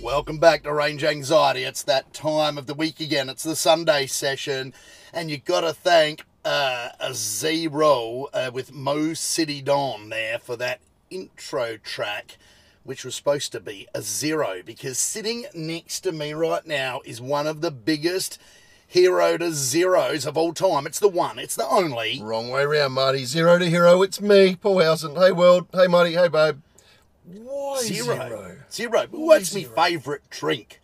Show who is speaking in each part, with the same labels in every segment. Speaker 1: Welcome back to Range Anxiety. It's that time of the week again. It's the Sunday session, and you got to thank uh, a zero uh, with Mo City Don there for that intro track, which was supposed to be a zero because sitting next to me right now is one of the biggest hero to zeros of all time. It's the one. It's the only.
Speaker 2: Wrong way round, Marty. Zero to hero. It's me, Paul Howson. Hey, world. Hey, Marty. Hey, babe. Why
Speaker 1: Zero.
Speaker 2: zero?
Speaker 1: Zero. What's my
Speaker 2: zero?
Speaker 1: favourite drink?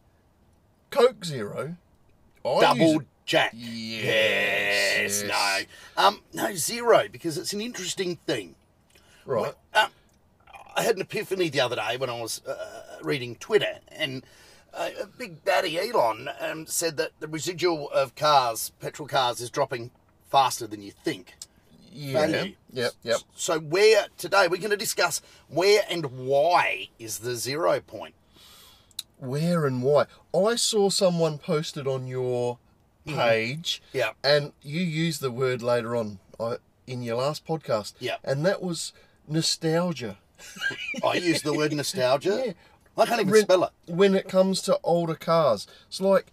Speaker 2: Coke zero. I
Speaker 1: Double
Speaker 2: use-
Speaker 1: Jack.
Speaker 2: Yes,
Speaker 1: Yes,
Speaker 2: yes.
Speaker 1: No. Um. No. Zero because it's an interesting thing.
Speaker 2: Right.
Speaker 1: Um, I had an epiphany the other day when I was uh, reading Twitter, and uh, Big Daddy Elon um, said that the residual of cars, petrol cars, is dropping faster than you think.
Speaker 2: Yeah.
Speaker 1: value.
Speaker 2: Yep. Yep.
Speaker 1: So where today we're going to discuss where and why is the zero point.
Speaker 2: Where and why? I saw someone posted on your
Speaker 1: Hmm.
Speaker 2: page.
Speaker 1: Yeah.
Speaker 2: And you used the word later on uh, in your last podcast.
Speaker 1: Yeah.
Speaker 2: And that was nostalgia.
Speaker 1: I use the word nostalgia.
Speaker 2: Yeah.
Speaker 1: I can't even
Speaker 2: Re-
Speaker 1: spell it.
Speaker 2: when it comes to older cars. It's like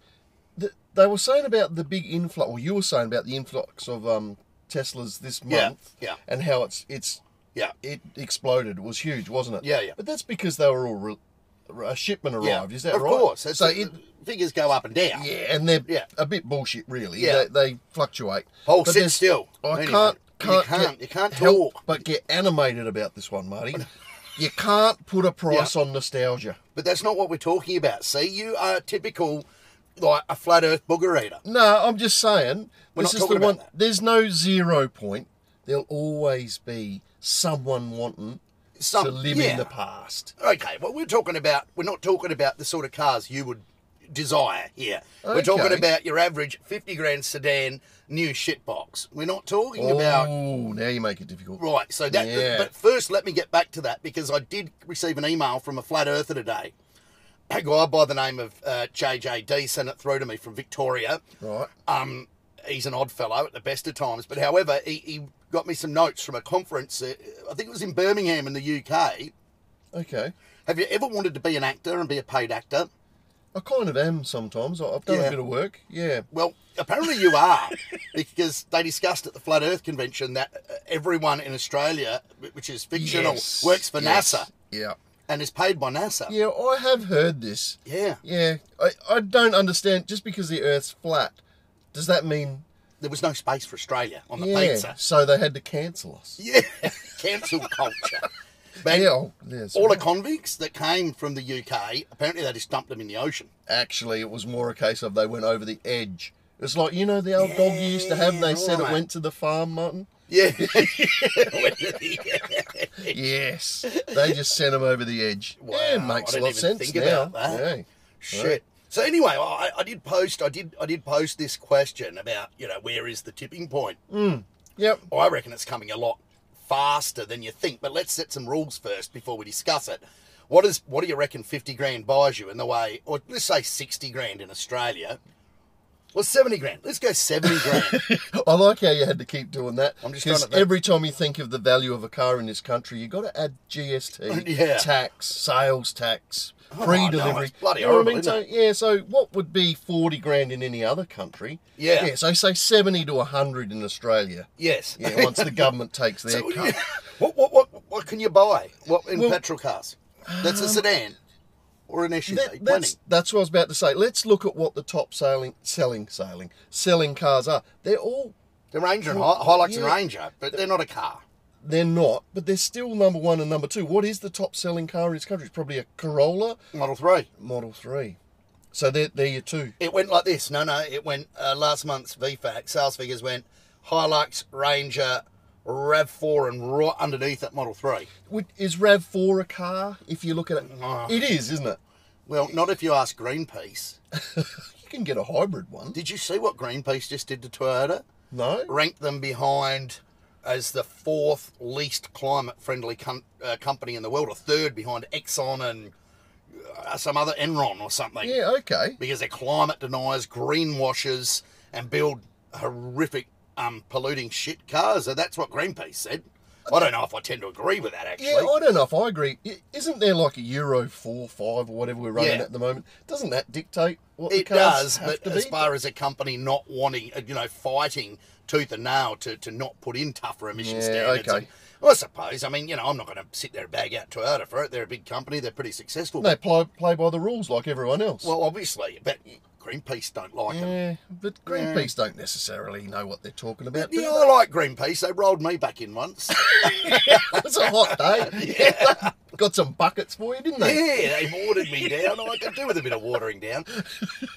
Speaker 2: th they were saying about the big influx, or you were saying about the influx of um, Teslas this
Speaker 1: Yeah,
Speaker 2: month,
Speaker 1: yeah.
Speaker 2: and how it's it's
Speaker 1: Yeah.
Speaker 2: it exploded. It was huge, wasn't it?
Speaker 1: Yeah, yeah.
Speaker 2: But that's because they were all re- a shipment arrived. Is that
Speaker 1: of
Speaker 2: right?
Speaker 1: course. That's
Speaker 2: So
Speaker 1: it,
Speaker 2: it,
Speaker 1: figures go up and down.
Speaker 2: yeah, and they're
Speaker 1: Yeah.
Speaker 2: a bit bullshit, really.
Speaker 1: Yeah.
Speaker 2: They, they fluctuate.
Speaker 1: Oh,
Speaker 2: But
Speaker 1: sit
Speaker 2: there's-
Speaker 1: still.
Speaker 2: I
Speaker 1: Anyway,
Speaker 2: can't,
Speaker 1: you
Speaker 2: can't,
Speaker 1: can't-
Speaker 2: get-
Speaker 1: you can't
Speaker 2: help
Speaker 1: talk.
Speaker 2: but get animated about this one, Marty. you can't put a price on nostalgia.
Speaker 1: But that's not what we're talking about. See, you are typical, like a flat Earth booger eater.
Speaker 2: No, I'm just saying.
Speaker 1: We're not
Speaker 2: this is the
Speaker 1: talking about
Speaker 2: one.
Speaker 1: that.
Speaker 2: There's no zero point. There'll always be someone wanting
Speaker 1: Some-
Speaker 2: to live
Speaker 1: yeah.
Speaker 2: in the past.
Speaker 1: Okay, well, we're talking about, we're not talking about the sort of cars you would desire here. We're
Speaker 2: Okay.
Speaker 1: talking about your average 50 grand sedan, new shitbox. We're not talking about,
Speaker 2: Oh, now you make it difficult.
Speaker 1: right, so that,
Speaker 2: Yeah.
Speaker 1: but first let me get back to that because I did receive an email from a flat earther today. A guy by the name of uh, JJD sent it through to me from Victoria.
Speaker 2: Right.
Speaker 1: Um, he's an odd fellow at the best of times, but however, he, he got me some notes from a conference. Uh, I think it was in Birmingham in the UK.
Speaker 2: Okay.
Speaker 1: Have you ever wanted to be an actor and be a paid actor?
Speaker 2: I kind of am sometimes. I- I've done
Speaker 1: Yeah.
Speaker 2: a bit of work. Yeah.
Speaker 1: Well, apparently you are, because they discussed at the Flat Earth Convention that uh, everyone in Australia, wh- which is fictional,
Speaker 2: Yes,
Speaker 1: works for
Speaker 2: yes,
Speaker 1: NASA
Speaker 2: Yeah.
Speaker 1: and is paid by NASA.
Speaker 2: Yeah, I have heard this.
Speaker 1: Yeah.
Speaker 2: Yeah. I, I don't understand. Just because the Earth's flat, does that mean.
Speaker 1: There was no space for Australia on the
Speaker 2: Yeah.
Speaker 1: pizza.
Speaker 2: So they had to cancel us.
Speaker 1: Yeah. Cancel culture. Man,
Speaker 2: Yeah. oh, yes,
Speaker 1: all the
Speaker 2: right.
Speaker 1: convicts that came from the UK, apparently they just dumped them in the ocean.
Speaker 2: actually it was more a case of they went over the edge. It's like you know the old dog you used to have. and They said
Speaker 1: right.
Speaker 2: it went to the farm, Martin.
Speaker 1: Yeah.
Speaker 2: Yes, they just sent him over the edge.
Speaker 1: Wow,
Speaker 2: yeah, it
Speaker 1: I
Speaker 2: makes a
Speaker 1: didn't
Speaker 2: lot of
Speaker 1: even
Speaker 2: sense
Speaker 1: think
Speaker 2: now.
Speaker 1: about that.
Speaker 2: Yeah.
Speaker 1: Shit. So anyway, I, I did post. I did. I did post this question about you know where is the tipping point.
Speaker 2: Yep.
Speaker 1: I reckon it's coming a lot faster than you think. But let's set some rules first before we discuss it. What is? What do you reckon? Fifty grand buys you in the way, or let's say sixty grand in Australia. Well, seventy grand. Let's go seventy grand.
Speaker 2: I like how you had to keep doing that.
Speaker 1: I'm just
Speaker 2: because
Speaker 1: trying to-
Speaker 2: every time you think of the value of a car in this country, you got to add GST,
Speaker 1: Yeah. Oh,
Speaker 2: tax, sales tax,
Speaker 1: no,
Speaker 2: pre-delivery.
Speaker 1: it's bloody
Speaker 2: You know what
Speaker 1: horrible,
Speaker 2: I mean? so, yeah. So what would be forty grand in any other country?
Speaker 1: Yeah.
Speaker 2: Yeah. So say seventy to hundred in Australia.
Speaker 1: yes.
Speaker 2: Yeah, once the government takes their
Speaker 1: So,
Speaker 2: cut.
Speaker 1: what, what, what, what can you buy? What in
Speaker 2: Well- um,
Speaker 1: petrol cars? That's a sedan or an SUV.
Speaker 2: That-
Speaker 1: plenty.
Speaker 2: that's, that's what I was about to say. Let's look at what the top sailing, selling, sailing, selling cars are. They're all,
Speaker 1: The Ranger and Hi- Hilux and
Speaker 2: yeah.
Speaker 1: Ranger, but they're not a car.
Speaker 2: they're not, but they're still number one and number two. What is the top selling car in this country? It's probably a Corolla
Speaker 1: Model three.
Speaker 2: Model 3. So they're, they're your two.
Speaker 1: It went like this. No, no. It went uh, last month's VFAC sales figures went Hilux, Ranger, Rav Four, and right underneath that Model Three.
Speaker 2: Would, is RAV4 a car if you look at it?
Speaker 1: Ah.
Speaker 2: It is, isn't it?
Speaker 1: Well, not if you ask Greenpeace.
Speaker 2: You can get a hybrid one.
Speaker 1: Did you see what Greenpeace just did to Toyota?
Speaker 2: No?
Speaker 1: Ranked them behind as the fourth least climate-friendly com- uh, company in the world, or third behind Exxon and uh, some other Enron or something.
Speaker 2: Yeah, okay.
Speaker 1: because they're climate deniers, greenwashers, and build horrific um, polluting shit cars. So that's what Greenpeace said. I don't know if I tend to agree with that actually.
Speaker 2: Yeah, I don't know if I agree. I- Isn't there like a Euro four, five, or whatever we're running
Speaker 1: Yeah.
Speaker 2: at the moment? Doesn't that dictate what the
Speaker 1: it
Speaker 2: cars
Speaker 1: does,
Speaker 2: have
Speaker 1: but
Speaker 2: to
Speaker 1: as
Speaker 2: be?
Speaker 1: far as a company not wanting, uh, you know, fighting tooth and nail to, to not put in tougher emission
Speaker 2: Yeah,
Speaker 1: standards.
Speaker 2: okay.
Speaker 1: and- well, I suppose. I mean, you know, I'm not going to sit there and bag out Toyota for it. They're a big company. They're pretty successful.
Speaker 2: they play, play by the rules like everyone else.
Speaker 1: Well, obviously, but Greenpeace don't like them.
Speaker 2: yeah, but Greenpeace don't necessarily know what they're talking about. do
Speaker 1: Yeah, I like Greenpeace. They rolled me back in once.
Speaker 2: they? it's a hot day. yeah. Got some buckets for you, didn't
Speaker 1: yeah,
Speaker 2: they?
Speaker 1: they watered me down. I could do with a bit of watering down.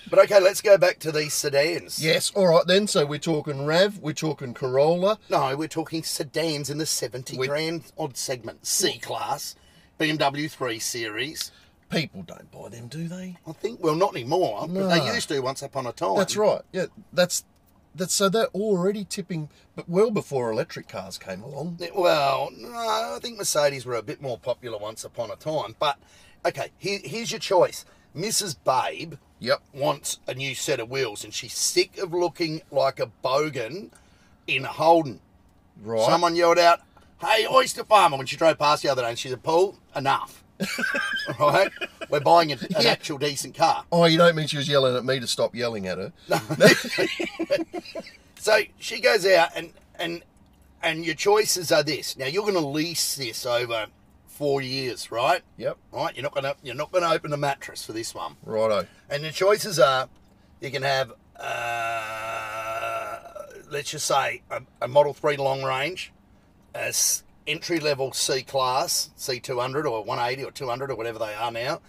Speaker 1: But okay, let's go back to these sedans.
Speaker 2: Yes, all right then. So we're talking RAV, we're talking Corolla.
Speaker 1: No, we're talking sedans in the 70
Speaker 2: We-
Speaker 1: grand odd segment. C class, BMW 3 Series.
Speaker 2: People don't buy them, do they?
Speaker 1: I think, well, not anymore, but they
Speaker 2: No.
Speaker 1: used to once upon a time.
Speaker 2: That's right. Yeah, that's that's so they're already tipping, but well before electric cars came along.
Speaker 1: Well, no, I think Mercedes were a bit more popular once upon a time. But okay, here, here's your choice. Mrs. Babe
Speaker 2: Yep.
Speaker 1: wants a new set of wheels, and she's sick of looking like a bogan in a Holden.
Speaker 2: Right.
Speaker 1: Someone yelled out, "Hey, oyster farmer!" when she drove past the other day, and she said, "Paul, enough." All right, we're buying a, an
Speaker 2: Yeah.
Speaker 1: actual decent car.
Speaker 2: Oh, you don't mean she was yelling at me to stop yelling at her?
Speaker 1: So she goes out, and and and your choices are this. Now you're going to lease this over four years, right?
Speaker 2: Yep.
Speaker 1: Right. You're not going to you're not going to open a mattress for this one.
Speaker 2: Righto.
Speaker 1: And the choices are, you can have, uh, let's just say, a, a Model 3 long range, as entry level C class, C200 or 180 or 200 or whatever they are now,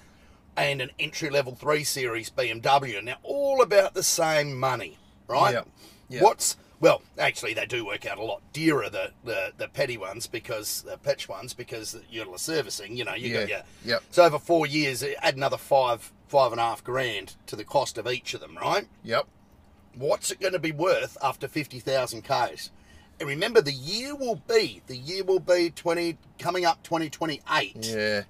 Speaker 1: and an entry level 3 Series BMW. And they're all about the same money, right?
Speaker 2: Yep, yep.
Speaker 1: What's, well, actually, they do work out a lot dearer, the, the, the petty ones, because the patch ones, because you're servicing, you know, you got
Speaker 2: Yeah,
Speaker 1: your.
Speaker 2: yep.
Speaker 1: So over four years, add another five, five and a half grand to the cost of each of them, right?
Speaker 2: Yep.
Speaker 1: What's it going to be worth after 50,000 Ks? And remember, the year will be, the year will be 20, coming up 2028.
Speaker 2: Yeah.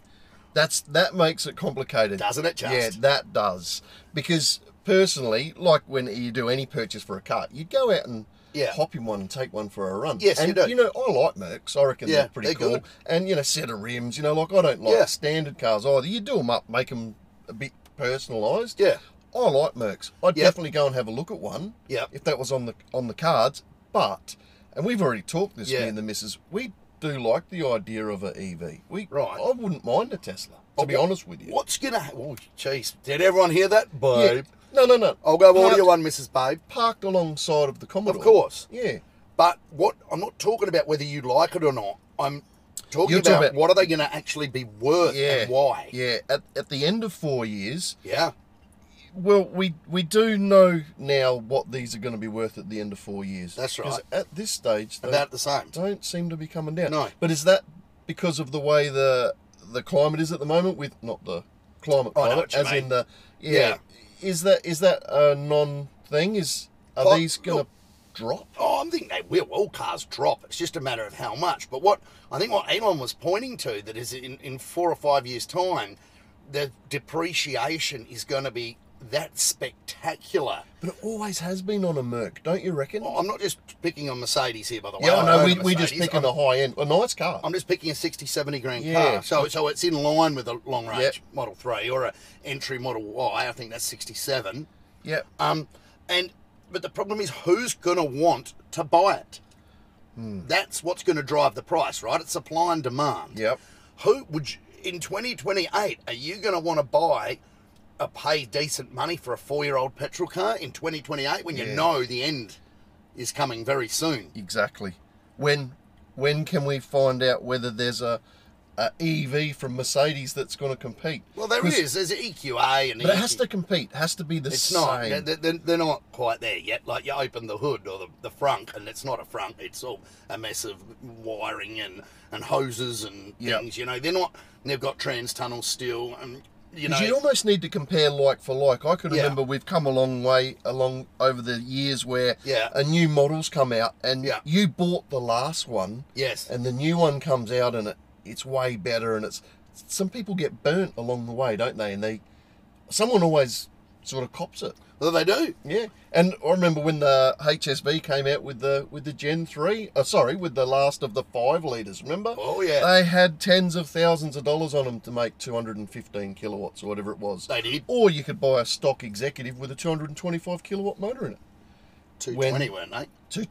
Speaker 2: That's that makes it complicated.
Speaker 1: Doesn't it just?
Speaker 2: Yeah, that does. Because personally, like when you do any purchase for a car, you go out and
Speaker 1: Yeah.
Speaker 2: hop in one and take one for a run.
Speaker 1: Yes, you
Speaker 2: and,
Speaker 1: do.
Speaker 2: You know, I like Mercs. I reckon
Speaker 1: Yeah,
Speaker 2: they're pretty
Speaker 1: they're
Speaker 2: cool.
Speaker 1: good.
Speaker 2: And you know, set of rims. You know, like I don't like
Speaker 1: Yeah.
Speaker 2: standard cars either. You do them up, make them a bit personalised.
Speaker 1: Yeah.
Speaker 2: I like Mercs. I'd
Speaker 1: Yep.
Speaker 2: definitely go and have a look at one.
Speaker 1: Yep.
Speaker 2: If that was on the on the cards, but and we've already talked this
Speaker 1: Yeah.
Speaker 2: me and the missus. We do like the idea of a EV. We
Speaker 1: Right.
Speaker 2: I wouldn't mind a Tesla. To be honest with you.
Speaker 1: What's going to happen? Oh, jeez. Did everyone hear that?
Speaker 2: Yeah.
Speaker 1: Babe.
Speaker 2: No, no, no.
Speaker 1: I'll go
Speaker 2: parked,
Speaker 1: audio one, Mrs. Babe.
Speaker 2: Parked alongside of the Commodore.
Speaker 1: Of course.
Speaker 2: Yeah.
Speaker 1: But what, I'm not talking about whether you like it or not. I'm talking
Speaker 2: You're
Speaker 1: about,
Speaker 2: talking about-
Speaker 1: what are they going to actually be worth
Speaker 2: Yeah.
Speaker 1: and why.
Speaker 2: Yeah. At, at the end of four years,
Speaker 1: yeah.
Speaker 2: well, we we do know now what these are going to be worth at the end of four years.
Speaker 1: That's
Speaker 2: Because
Speaker 1: right.
Speaker 2: At this stage, they
Speaker 1: About the same.
Speaker 2: don't seem to be coming down.
Speaker 1: No.
Speaker 2: But is that because of the way the the climate is at the moment? With not the climate,
Speaker 1: I know
Speaker 2: climate
Speaker 1: what you
Speaker 2: as
Speaker 1: mean.
Speaker 2: in the yeah,
Speaker 1: Yeah.
Speaker 2: Is that is that a non thing? Is are
Speaker 1: Well,
Speaker 2: these going to
Speaker 1: look-
Speaker 2: drop?
Speaker 1: Oh, I'm thinking they will. All cars drop. It's just a matter of how much. But what I think what Elon was pointing to that is in, in four or five years' time, the depreciation is going to be that spectacular.
Speaker 2: But it always has been on a Merc, don't you reckon?
Speaker 1: Oh, I'm not just picking on Mercedes here, by the way.
Speaker 2: yeah, I know.
Speaker 1: own
Speaker 2: We
Speaker 1: a
Speaker 2: we just
Speaker 1: Mercedes. I'm,
Speaker 2: picking a high end, a nice car.
Speaker 1: I'm just picking a 60, 70 grand
Speaker 2: Yeah.
Speaker 1: car. So, so it's in line with a long range
Speaker 2: Yep.
Speaker 1: Model 3 or a entry Model Y. I think that's 67.
Speaker 2: yeah.
Speaker 1: Um, and but the problem is, who's going to want to buy it? That's what's going to drive the price, right? It's supply and demand.
Speaker 2: Hmm. Yep.
Speaker 1: Who would you, in 2028 are you going to want to buy a pay decent money for a four-year-old petrol car in 2028 when you
Speaker 2: Yeah.
Speaker 1: know the end is coming very soon?
Speaker 2: Exactly. When when can we find out whether there's a, a EV from Mercedes that's going to compete?
Speaker 1: Well, there
Speaker 2: 'Cause-
Speaker 1: is. There's EQA and
Speaker 2: But it has
Speaker 1: EQ
Speaker 2: to compete. It has to be the
Speaker 1: It's
Speaker 2: same.
Speaker 1: not. They're, they're, they're not quite there yet. Like you open the hood or the, the frunk, and it's not a frunk. It's all a mess of wiring and, and hoses and
Speaker 2: Yep.
Speaker 1: things. You know, they're not. They've got trans tunnels still, and you know.
Speaker 2: Because you almost need to compare like for like. I can
Speaker 1: Yeah.
Speaker 2: remember we've come a long way along over the years where
Speaker 1: Yeah.
Speaker 2: a new model's come out and
Speaker 1: Yeah.
Speaker 2: you bought the last one
Speaker 1: yes.
Speaker 2: and the new one comes out and it it's way better and it's some people get burnt along the way, don't they? And they someone always sort of cops it.
Speaker 1: Well, they do.
Speaker 2: Yeah, and I remember when the HSV came out with the with the Gen three. Uh, sorry, with the last of the five liters. Remember?
Speaker 1: Oh, yeah.
Speaker 2: They had tens of thousands of dollars on them to make two hundred and fifteen kilowatts or whatever it was.
Speaker 1: They did.
Speaker 2: Or you could buy a stock executive with a two hundred and twenty five kilowatt motor in it.
Speaker 1: 220, weren't they?
Speaker 2: Two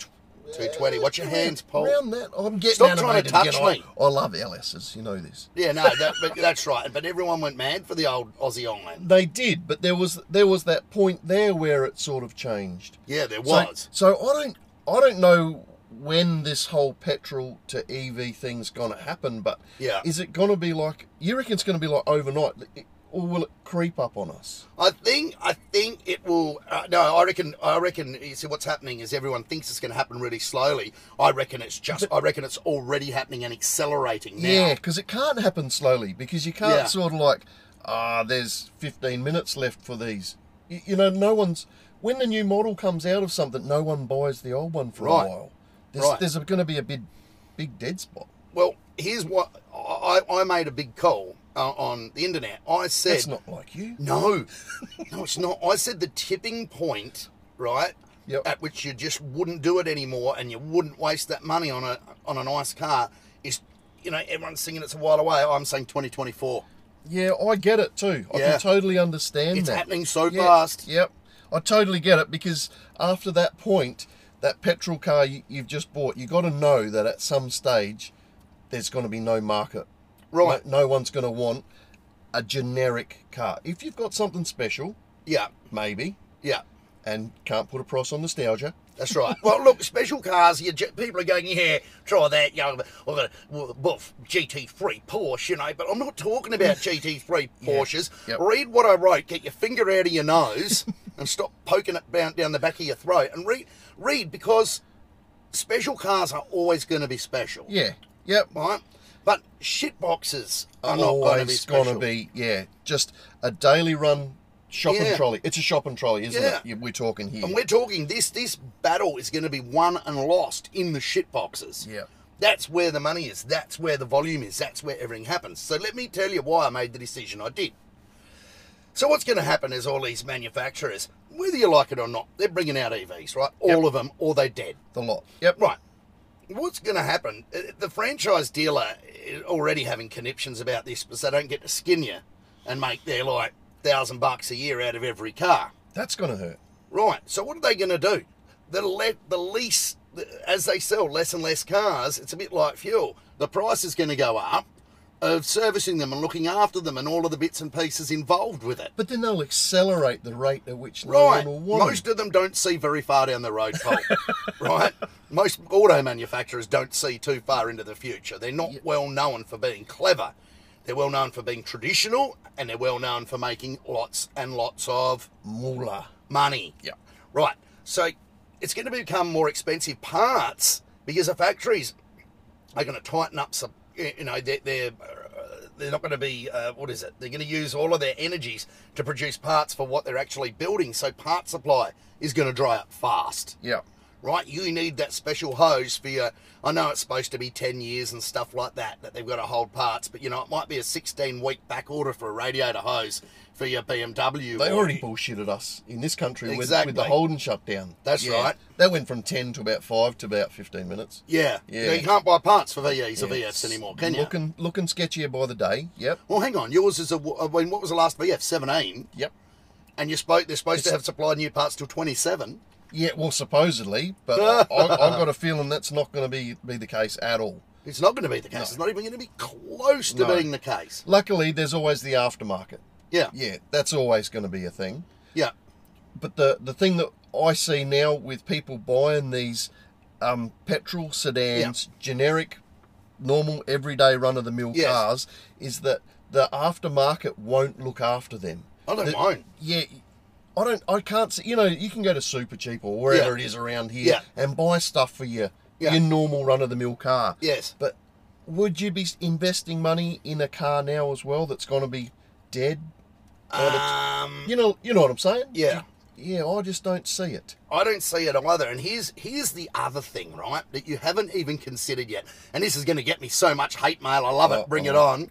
Speaker 1: 220. Watch your hands, Paul.
Speaker 2: Around that, I'm getting
Speaker 1: Stop trying
Speaker 2: animated
Speaker 1: to touch
Speaker 2: again.
Speaker 1: me.
Speaker 2: I, I love LSs. You know this.
Speaker 1: Yeah, no, that, but that's right. But everyone went mad for the old Aussie Island.
Speaker 2: They did, but there was there was that point there where it sort of changed.
Speaker 1: Yeah, there
Speaker 2: So-
Speaker 1: was.
Speaker 2: So, I don't I don't know when this whole petrol to EV thing's gonna happen, but
Speaker 1: Yeah.
Speaker 2: is it gonna be like you reckon it's gonna be like overnight, or will it creep up on us?
Speaker 1: I think I think it will. Uh, no, I reckon. I reckon. You see, what's happening is everyone thinks it's going to happen really slowly. I reckon it's just. I reckon it's already happening and accelerating now.
Speaker 2: Yeah, because it can't happen slowly because you can't
Speaker 1: Yeah.
Speaker 2: sort of like ah, there's 15 minutes left for these. You, you know, no one's when the new model comes out of something, no one buys the old one for
Speaker 1: Right.
Speaker 2: a while. There's,
Speaker 1: Right.
Speaker 2: there's going to be a big, big dead spot.
Speaker 1: Well, here's what I, I I made a big call uh, on the internet. I said
Speaker 2: That's not like you.
Speaker 1: no, no, it's not. I said the tipping point, right?
Speaker 2: Yep.
Speaker 1: At which you just wouldn't do it anymore, and you wouldn't waste that money on a on a nice car is, you know, everyone's singing it's a while away. I'm saying 2024.
Speaker 2: Yeah, I get it too. I
Speaker 1: Yeah.
Speaker 2: can totally understand
Speaker 1: It's
Speaker 2: that.
Speaker 1: happening so
Speaker 2: Yeah,
Speaker 1: fast.
Speaker 2: Yep. I totally get it because after that point, that petrol car you, you've just bought, you got to know that at some stage there's going to be no market.
Speaker 1: Right.
Speaker 2: No, no one's going to want a generic car. If you've got something special,
Speaker 1: Yeah,
Speaker 2: maybe,
Speaker 1: yeah.
Speaker 2: and can't put a price on nostalgia.
Speaker 1: That's right. Well, look, special cars. You ju- people are going, yeah, try that. You know, I've got a well, buff GT3 Porsche, you know. But I'm not talking about GT3 Porsches.
Speaker 2: Yep.
Speaker 1: Read what I wrote. Get your finger out of your nose and stop poking it down, down the back of your throat. And read, read because special cars are always going to be special,
Speaker 2: Yeah. Yep.
Speaker 1: right? But shit boxes are not going to be
Speaker 2: always
Speaker 1: special.
Speaker 2: going to be, yeah, just a daily run shopping
Speaker 1: Yeah.
Speaker 2: trolley. It's a shopping trolley, isn't
Speaker 1: Yeah.
Speaker 2: it? You- We're talking here.
Speaker 1: And we're talking this this battle is going to be won and lost in the shit boxes.
Speaker 2: Yeah.
Speaker 1: That's where the money is. That's where the volume is. That's where everything happens. So let me tell you why I made the decision I did. So what's going to happen is all these manufacturers, whether you like it or not, they're bringing out EVs, right? All of them, or they're dead.
Speaker 2: the lot. Yep.
Speaker 1: Right. What's going to happen? uh, The franchise dealer is already having conniptions about this because they don't get to skin you and make their like thousand bucks a year out of every car.
Speaker 2: That's going to hurt.
Speaker 1: Right. So what are they going to do? The le- the lease as they sell less and less cars, it's a bit like fuel. The price is going to go up of servicing them and looking after them and all of the bits and pieces involved with it.
Speaker 2: But then they'll accelerate the rate at which no
Speaker 1: Right.
Speaker 2: one will want 'em.
Speaker 1: Most of them don't see very far down the road, Paul. right. Most auto manufacturers don't see too far into the future. They're not well known for being clever. They're well known for being traditional and they're well known for making lots and lots of
Speaker 2: Moolah.
Speaker 1: money.
Speaker 2: Yeah.
Speaker 1: Right. So it's going to become more expensive parts because the factories are going to tighten up some. You know, they're they're, uh, they're not going to be uh, what is it? They're going to use all of their energies to produce parts for what they're actually building. So part supply is going to dry up fast.
Speaker 2: Yeah.
Speaker 1: Right, you need that special hose for your. I know it's supposed to be 10 years and stuff like that, that they've got to hold parts, but you know, it might be a 16 week back order for a radiator hose for your BMW.
Speaker 2: They
Speaker 1: or-
Speaker 2: already bullshitted us in this country with- with,
Speaker 1: Exactly.
Speaker 2: the Holden shutdown.
Speaker 1: That's right.
Speaker 2: That went from 10 to about 5 to about 15 minutes.
Speaker 1: Yeah.
Speaker 2: Yeah.
Speaker 1: You, know, you can't buy parts for VEs or
Speaker 2: Yeah,
Speaker 1: VFs
Speaker 2: it's
Speaker 1: anymore, can you?
Speaker 2: Looking, looking sketchier by the day. Yep.
Speaker 1: Well, hang on. Yours is a. w- I mean, what was the last VF? 17.
Speaker 2: Yep.
Speaker 1: And you spoke. They're supposed to
Speaker 2: It's-
Speaker 1: have supplied new parts till 27.
Speaker 2: Yeah, well, supposedly, but I, I- I've got a feeling that's not going to be, be the case at all.
Speaker 1: It's not going to be the case. It's not even going to be close to
Speaker 2: No.
Speaker 1: being the case.
Speaker 2: Luckily, there's always the aftermarket.
Speaker 1: Yeah. Yeah.
Speaker 2: Yeah, that's always going to be a thing.
Speaker 1: Yeah.
Speaker 2: but the the thing that I see now with people buying these um, petrol sedans, generic, normal, everyday run of the mill
Speaker 1: Yes.
Speaker 2: cars, is that the aftermarket won't look after them.
Speaker 1: I don't
Speaker 2: The-
Speaker 1: mind.
Speaker 2: Yeah. I don't. I can't see. You know, you can go to Super Cheap or wherever
Speaker 1: Yeah.
Speaker 2: it is around here
Speaker 1: Yeah.
Speaker 2: and buy stuff for your
Speaker 1: Yeah.
Speaker 2: your normal run of the mill car.
Speaker 1: Yes.
Speaker 2: But would you be investing money in a car now as well that's going to be dead? by the
Speaker 1: Um,
Speaker 2: you know, you know what I'm saying?
Speaker 1: Yeah.
Speaker 2: Yeah, I just don't see it.
Speaker 1: I don't see it either. And here's here's the other thing, right, that you haven't even considered yet. And this is going to get me so much hate mail. I love it. Bring it on.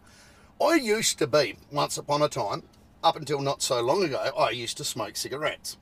Speaker 1: I used to be once upon a time up until not so long ago, I used to smoke cigarettes,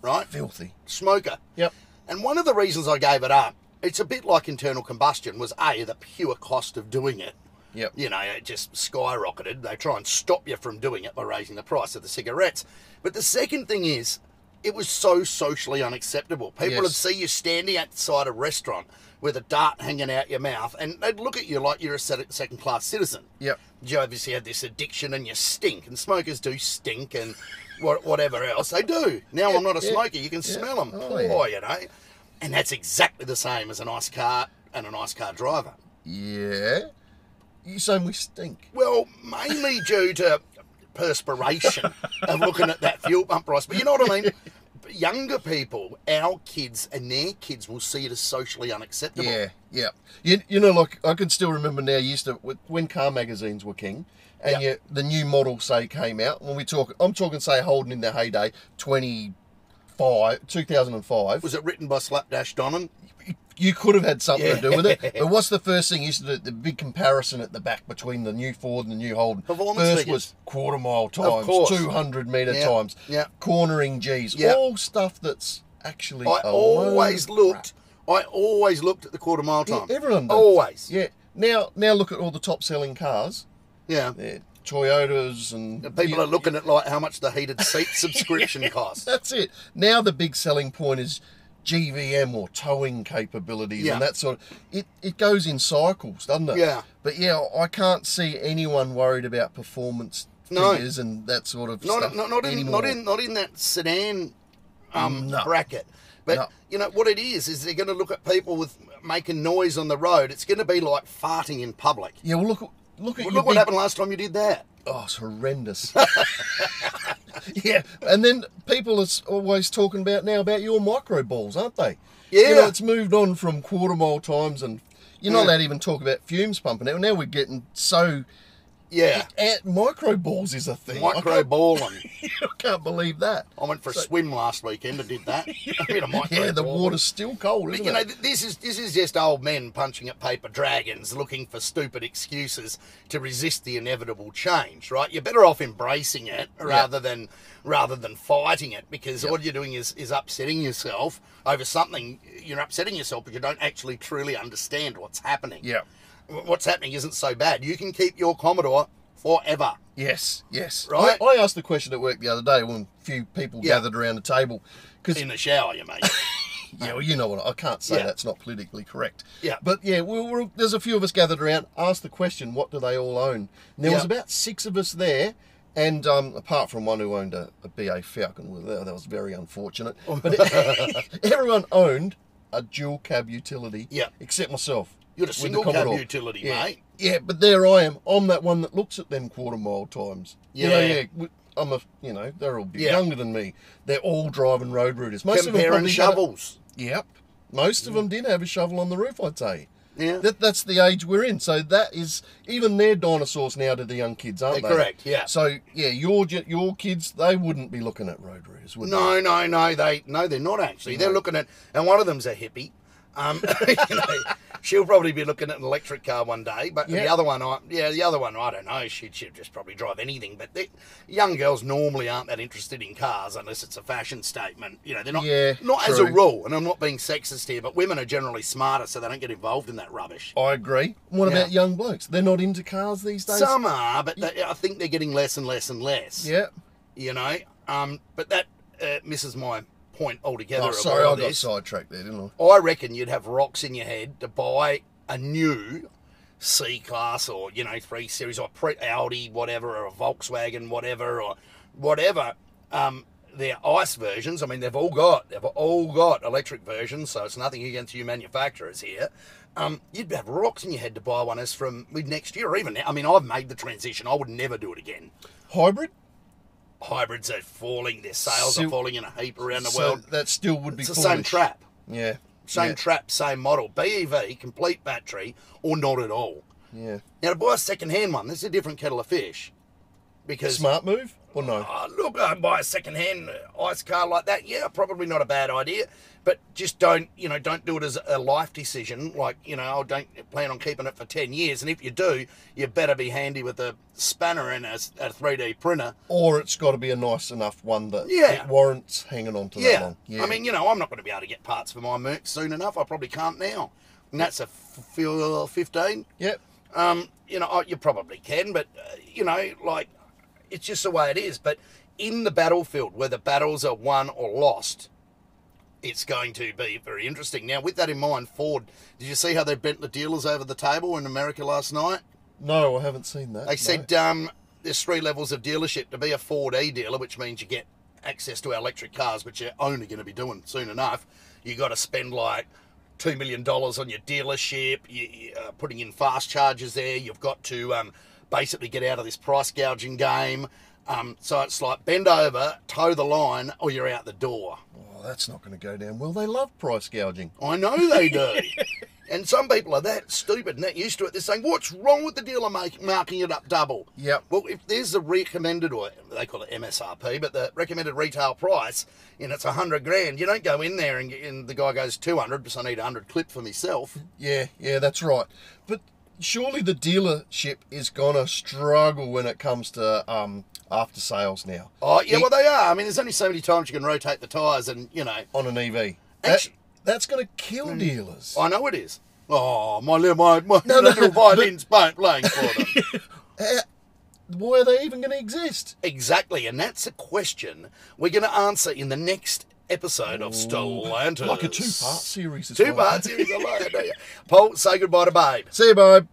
Speaker 1: right?
Speaker 2: Filthy.
Speaker 1: Smoker.
Speaker 2: Yep.
Speaker 1: And one of the reasons I gave it up, it's a bit like internal combustion, was A, the pure cost of doing it.
Speaker 2: Yep.
Speaker 1: You know, it just skyrocketed. They try and stop you from doing it by raising the price of the cigarettes. But the second thing is, it was so socially unacceptable. People would
Speaker 2: Yes.
Speaker 1: see you standing outside a restaurant with a dart hanging out your mouth, and they'd look at you like you're a second class citizen
Speaker 2: Yep.
Speaker 1: you obviously have this addiction and you stink, and smokers do stink and wha- whatever else they do. Now I'm not a
Speaker 2: yeah,
Speaker 1: smoker, you can
Speaker 2: yeah.
Speaker 1: smell 'em. smell them.
Speaker 2: Oh,
Speaker 1: Poor,
Speaker 2: yeah.
Speaker 1: you know. And that's exactly the same as an ice car and an ice car driver.
Speaker 2: Yeah. You saying we stink?
Speaker 1: Well, mainly due to perspiration of looking at that fuel pump price. But you know what I mean? Younger people, our kids and their kids will see it as socially unacceptable.
Speaker 2: Yeah, yeah. You, you know, like I can still remember now. You used to with- when car magazines were king, and
Speaker 1: Yeah.
Speaker 2: you, the new model say came out. When we talk, I'm talking say Holden in their heyday, twenty five, two thousand and five.
Speaker 1: Was it written by Slapdash Donan?
Speaker 2: you could have had something to do with it.
Speaker 1: Yeah.
Speaker 2: But what's the first thing you used to do? The big comparison at the back between the new Ford and the new Holden.
Speaker 1: Performance
Speaker 2: first
Speaker 1: figures.
Speaker 2: was quarter mile
Speaker 1: course.
Speaker 2: times, two hundred meter
Speaker 1: Yeah,
Speaker 2: times,
Speaker 1: yeah.
Speaker 2: cornering G's,
Speaker 1: Yeah.
Speaker 2: all stuff that's actually.
Speaker 1: I
Speaker 2: a
Speaker 1: always
Speaker 2: load of crap.
Speaker 1: looked. I always looked at the quarter mile
Speaker 2: Yeah,
Speaker 1: time.
Speaker 2: everyone does.
Speaker 1: Always.
Speaker 2: Yeah. Now, now look at all the top selling cars.
Speaker 1: Yeah.
Speaker 2: Yeah, Toyotas and
Speaker 1: And People are looking at like how much the heated seat subscription costs.
Speaker 2: That's it. Now the big selling point is GVM or towing capabilities
Speaker 1: Yeah.
Speaker 2: and that sort of. It it goes in cycles, doesn't it?
Speaker 1: Yeah.
Speaker 2: But yeah, I can't see anyone worried about performance
Speaker 1: No.
Speaker 2: figures and that sort of
Speaker 1: Not,
Speaker 2: stuff.
Speaker 1: not, not in
Speaker 2: anymore.
Speaker 1: not in not in that sedan um,
Speaker 2: No.
Speaker 1: bracket. But
Speaker 2: No.
Speaker 1: you know what it is is they're going to look at people with making noise on the road. It's going to be like farting in public.
Speaker 2: Yeah. Well, look look
Speaker 1: Well,
Speaker 2: at your
Speaker 1: look what
Speaker 2: big-
Speaker 1: happened last time you did that.
Speaker 2: Oh, it's horrendous. yeah, and then people are always talking about now about your micro balls, aren't they? You
Speaker 1: Yeah.
Speaker 2: know, it's moved on from quarter mile times, and you're not
Speaker 1: Yeah.
Speaker 2: allowed to even talk about fumes pumping out. Now we're getting so.
Speaker 1: Yeah,
Speaker 2: At, micro balls is a thing. I
Speaker 1: micro Oh
Speaker 2: can't-
Speaker 1: balling.
Speaker 2: I can't believe that.
Speaker 1: I went for a swim last weekend and did that. A bit of
Speaker 2: Yeah, the
Speaker 1: microballing.
Speaker 2: water's still cold,
Speaker 1: But
Speaker 2: isn't
Speaker 1: you know,
Speaker 2: it?
Speaker 1: th- this is this is just old men punching at paper dragons, looking for stupid excuses to resist the inevitable change. Right? You're better off embracing it rather than rather than fighting it, because all you're doing is is upsetting yourself over something. You're upsetting yourself, but you don't actually truly understand what's happening.
Speaker 2: Yeah.
Speaker 1: W- what's happening isn't so bad. You can keep your Commodore forever.
Speaker 2: Yes, yes.
Speaker 1: Right?
Speaker 2: I, I asked the question at work the other day when a few people
Speaker 1: Yeah.
Speaker 2: gathered around the table because
Speaker 1: In the shower, you mean?
Speaker 2: Yeah, well, you know what? I can't say
Speaker 1: Yeah.
Speaker 2: that's not politically correct.
Speaker 1: Yeah.
Speaker 2: But yeah, we we're, there's a few of us gathered around, asked the question, what do they all own? And there was
Speaker 1: Yeah.
Speaker 2: about six of us there, and um, apart from one who owned a, a BA Falcon, well, that that was very unfortunate.
Speaker 1: Oh.
Speaker 2: But everyone owned a dual cab utility,
Speaker 1: Yeah.
Speaker 2: except myself.
Speaker 1: You're a
Speaker 2: with the
Speaker 1: single cab
Speaker 2: Commodore.
Speaker 1: utility,
Speaker 2: yeah.
Speaker 1: mate.
Speaker 2: Yeah, but there I am. I'm that one that looks at them quarter mile times. You know,
Speaker 1: Yeah.
Speaker 2: yeah. w- I'm a, you know, they're all a bit
Speaker 1: Yeah.
Speaker 2: younger than me. They're all driving road routers. Most of them
Speaker 1: Comparing
Speaker 2: probably got a-
Speaker 1: shovels.
Speaker 2: Yep. Most of them did have a shovel on the roof, I'd say.
Speaker 1: Yeah.
Speaker 2: That, that's the age we're in. So that is even they're dinosaurs now to the young kids, aren't
Speaker 1: They're
Speaker 2: they?
Speaker 1: correct, yeah.
Speaker 2: So yeah, your ge- your kids they wouldn't be looking at road routers, would
Speaker 1: No, no, no. They no, they're not actually. They're looking at, and one of them's a hippie. Um, you know, she'll probably be looking at an electric car one day, but the
Speaker 2: Yeah.
Speaker 1: other one, I, yeah, the other one, I don't know. She'd, she'd just probably drive anything. But they, young girls normally aren't that interested in cars unless it's a fashion statement. You know, they're not.
Speaker 2: Yeah,
Speaker 1: not as a
Speaker 2: true.
Speaker 1: rule, and I'm not being sexist here, but women are generally smarter, so they don't get involved in that rubbish.
Speaker 2: they? I agree. What
Speaker 1: Yeah.
Speaker 2: about young blokes? They're not into cars these days.
Speaker 1: Some are, but they, I think they're getting less and less and less.
Speaker 2: Yeah.
Speaker 1: You know, um, but that uh, misses my point altogether.
Speaker 2: Oh,
Speaker 1: of
Speaker 2: sorry,
Speaker 1: all
Speaker 2: I got
Speaker 1: this.
Speaker 2: sidetracked there, didn't I?
Speaker 1: I reckon you'd have rocks in your head to buy a new C class or you know three series or pre- Audi whatever or a Volkswagen whatever or whatever. Um, their ICE versions. I mean, they've all got they've all got electric versions, so it's nothing against you manufacturers here. Um, you'd have rocks in your head to buy one as from mid next year, or even now. I mean, I've made the transition. I would never do it again.
Speaker 2: Hybrid.
Speaker 1: Hybrids are falling. Their sales
Speaker 2: So-
Speaker 1: are falling in a heap around the
Speaker 2: So
Speaker 1: world.
Speaker 2: that still would be
Speaker 1: It's the
Speaker 2: foolish.
Speaker 1: same trap.
Speaker 2: Yeah.
Speaker 1: Same
Speaker 2: Yeah.
Speaker 1: trap, same model. BEV, complete battery, or not at all.
Speaker 2: yeah.
Speaker 1: Now, to buy a second-hand one, this is a different kettle of fish. Because,
Speaker 2: Smart move. Or no?
Speaker 1: Oh, look, I buy a second-hand ice car like that. Yeah, probably not a bad idea, but just don't, you know, don't do it as a life decision. Like, you know, I don't plan on keeping it for ten years, and if you do, you better be handy with a spanner and a, a 3D printer.
Speaker 2: Or it's got to be a nice enough one that
Speaker 1: Yeah.
Speaker 2: it warrants hanging on to that
Speaker 1: Yeah.
Speaker 2: long.
Speaker 1: I mean, you know, I'm not going to be able to get parts for my Merc soon enough. I probably can't now, and that's a f- f- 15.
Speaker 2: Yep.
Speaker 1: Um, you know, I- you probably can, but uh, you know, like it's just the way it is. But in the battlefield, where the battles are won or lost, it's going to be very interesting. Now, with that in mind, Ford, did you see how they bent the dealers over the table in America last night?
Speaker 2: No, I haven't seen that.
Speaker 1: They
Speaker 2: no.
Speaker 1: said um, there's three levels of dealership. To be a Ford E dealer, which means you get access to our electric cars, which you're only going to be doing soon enough, you got to spend like $2 million on your dealership, you, you, uh, putting in fast charges there. You've got to um, basically get out of this price gouging game. Um, so it's like bend over, toe the line, or you're out the door.
Speaker 2: Oh, that's not going to go down well. They love price gouging.
Speaker 1: I know they do. and some people are that stupid and that used to it. They're saying, "What's wrong with the dealer make, marking it up double?"
Speaker 2: Yep.
Speaker 1: Well, if there's the recommended, or they call it MSRP, but the recommended retail price, and it's a hundred grand, you don't go in there and, and the guy goes two hundred because I need a hundred clip for myself.
Speaker 2: Yeah, yeah, that's right. But surely the dealership is going to struggle when it comes to um, after sales now
Speaker 1: Oh, yeah, well they are. I mean, there's only so many times you can rotate the tires, and you know,
Speaker 2: on an EV. That,
Speaker 1: Actu- Hmm.
Speaker 2: that's going to kill dealers.
Speaker 1: I know it is. Oh, my little my, my
Speaker 2: No, no,
Speaker 1: little
Speaker 2: but-
Speaker 1: violins won't playing for them.
Speaker 2: Why are they even going to exist?
Speaker 1: Exactly, and that's a question we're going to answer in the next episode of Stellantis.
Speaker 2: Like a two-part series. is
Speaker 1: Two
Speaker 2: what-
Speaker 1: parts. Here we go. Paul, say goodbye to Babe.
Speaker 2: See you, babe.